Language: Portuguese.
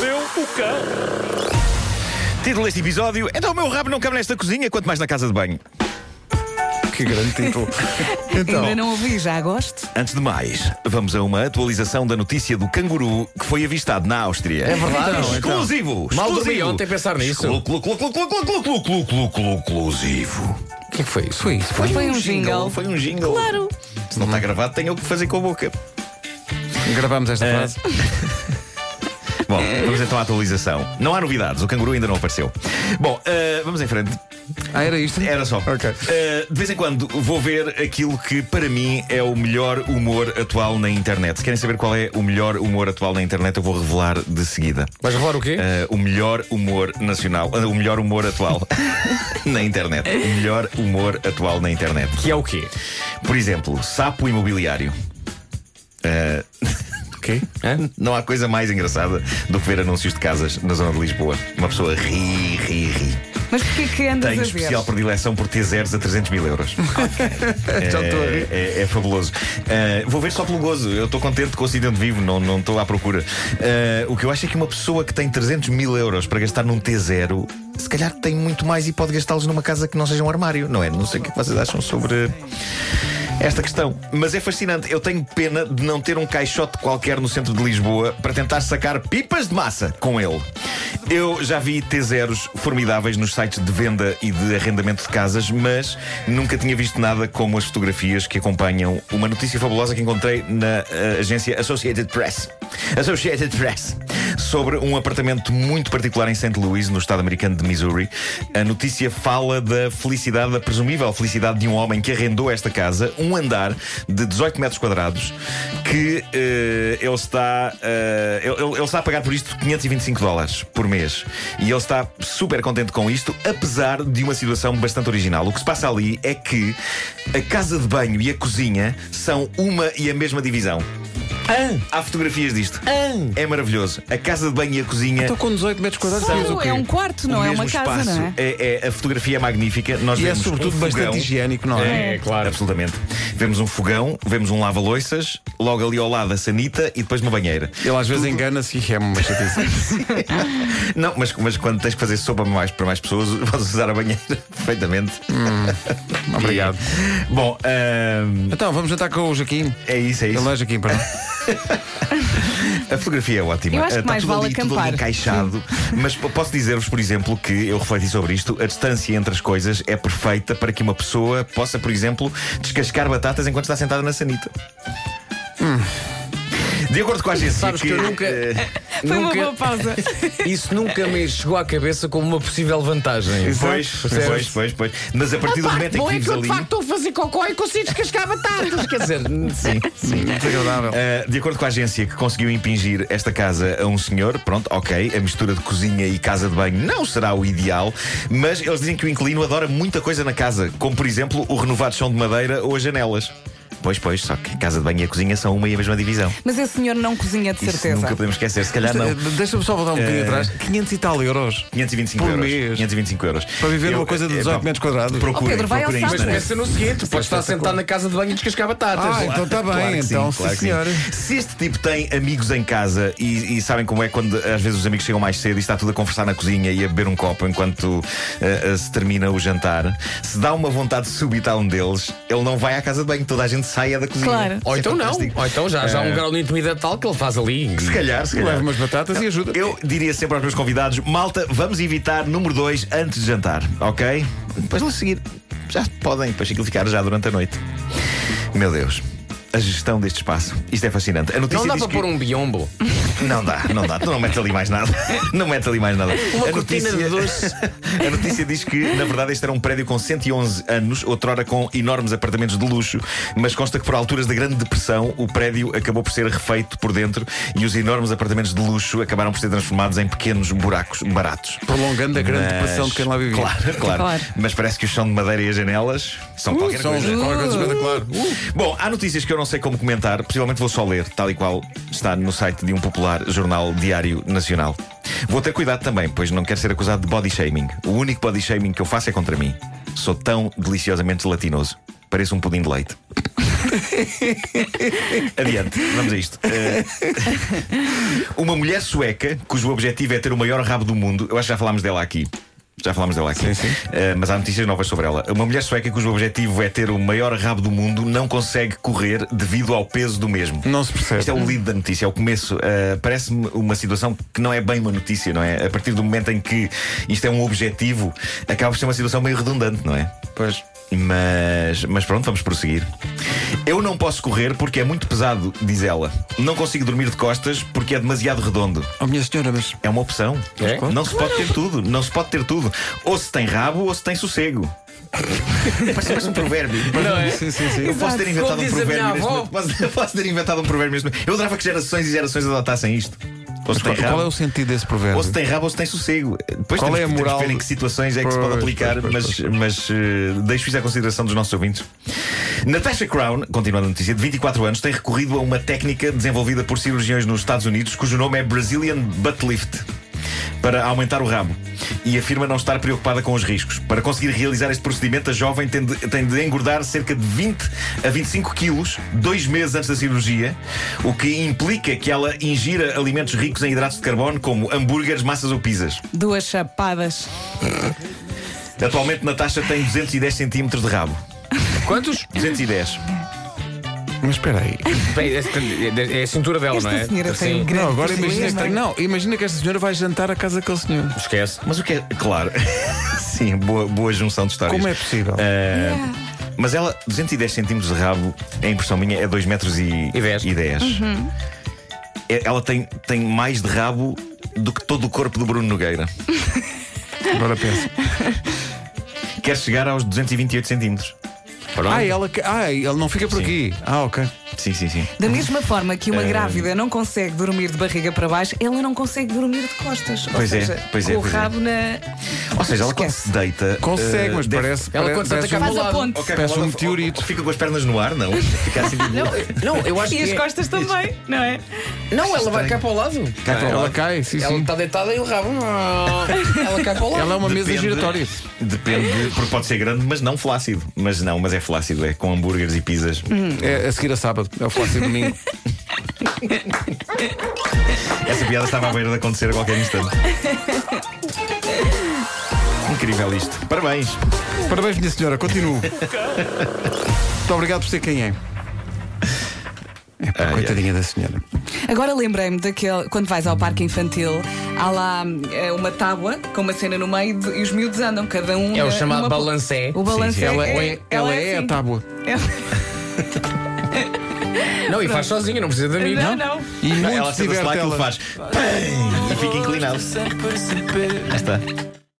boca! Título deste episódio: Então o meu rabo não cabe nesta cozinha, quanto mais na casa de banho. Que grande título. Então, Ainda não ouvi, já gosto. Antes de mais, vamos a uma atualização da notícia do canguru que foi avistado na Áustria. É verdade? Então, então. exclusivo! Mal exclusivo. dormi ontem a pensar nisso. Exclu- clu- clu- clu- clu- clu- clu- clu- clu- clu- clu- Exclusivo. o que é que foi isso? Foi isso. Foi, um jingle. Foi um jingle. Claro. Se não está gravado, tenho o que fazer com a boca. Gravámos esta frase. Bom, vamos então à atualização. Não há novidades, o canguru ainda não apareceu. Bom, eh, vamos em frente. Ah, era isto? Era só. Ok. Eh, de vez em quando vou ver aquilo que para mim é o melhor humor atual na internet. Se querem saber qual é o melhor humor atual na internet, eu vou revelar de seguida. Vais revelar o quê? Eh, o melhor humor nacional, eh, o melhor humor atual na internet. O melhor humor atual na internet. Que é o quê? Por exemplo, sapo imobiliário. Eh, O quê? Hã? não há coisa mais engraçada do que ver anúncios de casas na zona de Lisboa. Uma pessoa ri, ri, ri. Mas porquê que andas Tenho a ver? especial predileção por T0 a 300 mil euros. Já estou a é, rir. é- é fabuloso. Ah, vou ver só pelo gozo. Eu estou contente com o sítio onde vivo, não não estou à procura. Ah, o que eu acho é que uma pessoa que tem 300 mil euros para gastar num T0, se calhar tem muito mais e pode gastá-los numa casa que não seja um armário, não é? Não sei o que vocês acham sobre. Esta questão, mas é fascinante. Eu tenho pena de não ter um caixote qualquer no centro de Lisboa para tentar sacar pipas de massa com ele. Eu já vi T0s formidáveis nos sites de venda e de arrendamento de casas, mas nunca tinha visto nada como as fotografias que acompanham uma notícia fabulosa que encontrei na eh, agência Associated Press. Associated Press. Sobre um apartamento muito particular em St. Louis, no estado americano de Missouri. A notícia fala da felicidade, da presumível felicidade de um homem que arrendou esta casa, um andar de 18 metros quadrados, que eh, ele está. eh, ele, ele- ele está a pagar por isto 525 dólares por mês. E ele está super contente com isto, apesar de uma situação bastante original. O que se passa ali é que a casa de banho e a cozinha são uma e a mesma divisão. Há fotografias disto. É maravilhoso. A casa de banho e a cozinha. Ah. Estou com 18 metros quadrados. sabes o Claro, quê? Então, é um quarto, o não é mesmo uma casa, espaço. não é? É, é- a fotografia é magnífica. Nós E é vemos sobretudo um fogão. bastante higiênico, não é? É, claro. Absolutamente. Vemos um fogão, vemos um lava-loiças, logo ali ao lado a sanita e depois uma banheira. Ele às vezes engana-se e é uma chatice. Não, mas, mas quando tens que fazer sopa mais, para mais pessoas, podes usar a banheira perfeitamente. Obrigado. Bom, ahm, Então, vamos jantar com o Joaquim. é isso, é isso. Ele é Joaquim, para A fotografia é ótima. Eu acho que Está mais tudo vale ali, tudo ali acampar. encaixado. Mas p- posso dizer-vos, por exemplo, que eu refleti sobre isto. A distância entre as coisas é perfeita para que uma pessoa possa, por exemplo, descascar batatas enquanto está sentada na sanita. De acordo com a agência Hum. Sabes que eu nunca- eh, Foi uma Nunca- boa pausa. Isso nunca me chegou à cabeça como uma possível vantagem. Pois, Percebes? pois, pois, pois. Mas a partir do momento é em que vives ali. estou a fazer cocó e consigo descascar batatas. Quer dizer, Sim, sim. Desagradável. Uh, de acordo com a agência que conseguiu impingir esta casa a um senhor, pronto, ok, a mistura de cozinha e casa de banho não será o ideal, mas eles dizem que o inquilino adora muita coisa na casa, como por exemplo o renovado chão de madeira ou as janelas. Pois, pois, só que a casa de banho e a cozinha são uma e a mesma divisão. Mas esse senhor não cozinha de Isso certeza. nunca podemos esquecer, se calhar Ah, não. De- Deixa-me só voltar um bocadinho Eh, atrás. 500 e tal euros. 525 Por euros. mês. 525 euros. Para viver Eu, uma coisa de eh, 18 pá, metros quadrados. Procurem, Oh, Pedro, vai ao procurem isto na site. net. é? pensa no seguinte: podes estar sentado na casa de banho e descascar batatas. Ah, então está bem. Claro que sim, então, claro sim, que senhor. Se este tipo tem amigos em casa e, e sabem como é quando às vezes os amigos chegam mais cedo e está tudo a conversar na cozinha e a beber um copo enquanto ah, ah, se termina o jantar, se dá uma vontade súbita a um deles, ele não vai à casa de banho, toda a gente saia da cozinha. Claro. Ou Isso é então não. fantástico. Ou então já, já há um grau de intimidade tal que ele faz ali. Se calhar, se calhar. Leva umas batatas e ajuda. Eu diria sempre aos meus convidados: malta, vamos evitar número 2 antes de jantar, ok? Depois lá a seguir, já podem depois ficar já durante a noite. Meu Deus. A gestão deste espaço. Isto é fascinante. A notícia Não dá diz para que... pôr um biombo. Não dá, não dá. Tu não metes ali mais nada. Não metes ali mais nada. Uma A cortina de notícia- doce. a notícia diz que, na verdade, este era um prédio com 111 anos, outrora com enormes apartamentos de luxo, mas consta que, por alturas da Grande Depressão, o prédio acabou por ser refeito por dentro e os enormes apartamentos de luxo acabaram por ser transformados em pequenos buracos baratos. Prolongando a grande Mas- depressão de quem lá vivia. Claro, claro, Claro. Mas parece que o chão de madeira e as janelas são qualquer Uh, São coisa. qualquer coisa espetacular. Uh. Bom, há notícias que eu não sei como comentar, possivelmente vou só ler, tal e qual está no site de um popular jornal diário nacional. Vou ter cuidado também, pois não quero ser acusado de body shaming. O único body shaming que eu faço é contra mim. Sou tão deliciosamente gelatinoso. Pareço um pudim de leite. Adiante, vamos a isto. Eh, uma mulher sueca, cujo objetivo é ter o maior rabo do mundo, eu acho que já falámos dela aqui. Já falámos dela aqui. Sim, sim. Eh, mas há notícias novas sobre ela. Uma mulher sueca cujo objetivo é ter o maior rabo do mundo não consegue correr devido ao peso do mesmo. Não se Este é percebe. o lead da notícia, é o começo. Uh, Parece-me uma situação que não é bem uma notícia, não é? A partir do momento em que isto é um objetivo, acaba por ser uma situação meio redundante, não é? Pois. Mas, mas pronto, vamos prosseguir. Eu não posso correr porque é muito pesado, diz ela. Não consigo dormir de costas porque é demasiado redondo. Oh, minha senhora, mas. É uma opção. É? Não se pode ter tudo. Não se pode ter tudo. Ou se tem rabo ou se tem sossego. parece, parece um provérbio. Não é? Sim, sim, sim. Eu posso ter inventado Como um diz a provérbio minha neste avó. momento. Posso, eu posso ter inventado um provérbio neste momento. Eu adorava que gerações e gerações adotassem isto. Ou se, Mas qual, tem qual é rabo, o sentido desse provérbio? ou se tem rabo ou se tem sossego. Depois Qual temos, é a que- temos moral que ver em que situações é que se pode Pois, pois, aplicar, pois, mas, mas, eh, deixo isso à consideração dos nossos ouvintes. Natasha Crown, continuando a notícia, de 24 anos, tem recorrido a uma técnica desenvolvida por cirurgiões nos Estados Unidos, cujo nome é Brazilian Butt Lift. Para aumentar o rabo e afirma não estar preocupada com os riscos. Para conseguir realizar este procedimento, a jovem tem de, tem de engordar cerca de 20 a 25 quilos dois meses antes da cirurgia, o que implica que ela ingira alimentos ricos em hidratos de carbono, como hambúrgueres, massas ou pizzas. Duas chapadas. Atualmente, Natasha tem 210 centímetros de rabo. Quantos? 210. Mas espera aí. Bem, é- é a cintura Oh, dela, Esta não é? senhora tem um Sim. grande Não, agora postura, imagina que, não é? não, imagina que esta senhora vai jantar a casa daquele senhor. Esquece. Mas o que é. Claro. Sim, boa, boa junção de histórias. Como é possível? Ah, Mas ela, 210 centímetros de rabo, a impressão minha é 2 metros e, E dez. e dez. É- Ela tem, tem mais de rabo do que todo o corpo do Bruno Nogueira. Agora penso. Quer chegar aos 228 centímetros. Ah, ela, que- ah, ele não fica por Sim. aqui. Ah, ok. Sim, sim, sim. Da mesma forma que É. uma grávida não consegue dormir de barriga para baixo, ela não consegue dormir de costas. Ou Pois é, seja, pois é, com o pois é. rabo na. Ou seja, ela quando Esquece. se deita. Consegue, ah, mas deve- parece. Ela parece, quando está parece a um- Faz a lado. ponte. Ok, Parece ela- um meteorito. Fica com as pernas no ar, não? Fica assim. Não, eu acho E que. as é- costas também, não é? Não, ela vai cá para o lado. Cai para ela cai, sim, Ela tá- sim. está deitada e o rabo. Ela cai para o lado. Ela é uma mesa Depende- giratória. Depende, porque pode ser grande, mas não flácido. Mas não, mas é flácido, é com hambúrgueres e pizzas. É a seguir a sábado. É o fácil domingo. Essa piada estava à beira de acontecer a qualquer instante. Incrível isto. Parabéns. Parabéns, minha senhora, continuo. Muito obrigado por ser quem é. É pá, Ai, coitadinha da senhora. Agora lembrei-me daquele. Quando vais ao parque infantil, há lá eh, uma tábua com uma cena no meio de- e os miúdos andam, cada um. É o na- chamado numa- balancé. O balancé. Sim, sim, Ela é, é, ela é a assim. tábua. Ela- Não, e faz sozinha, não precisa de amigos. Não, não. E muito ela se senta-se lá diverte aquilo ela. faz. Pam! E fica inclinado. Já está.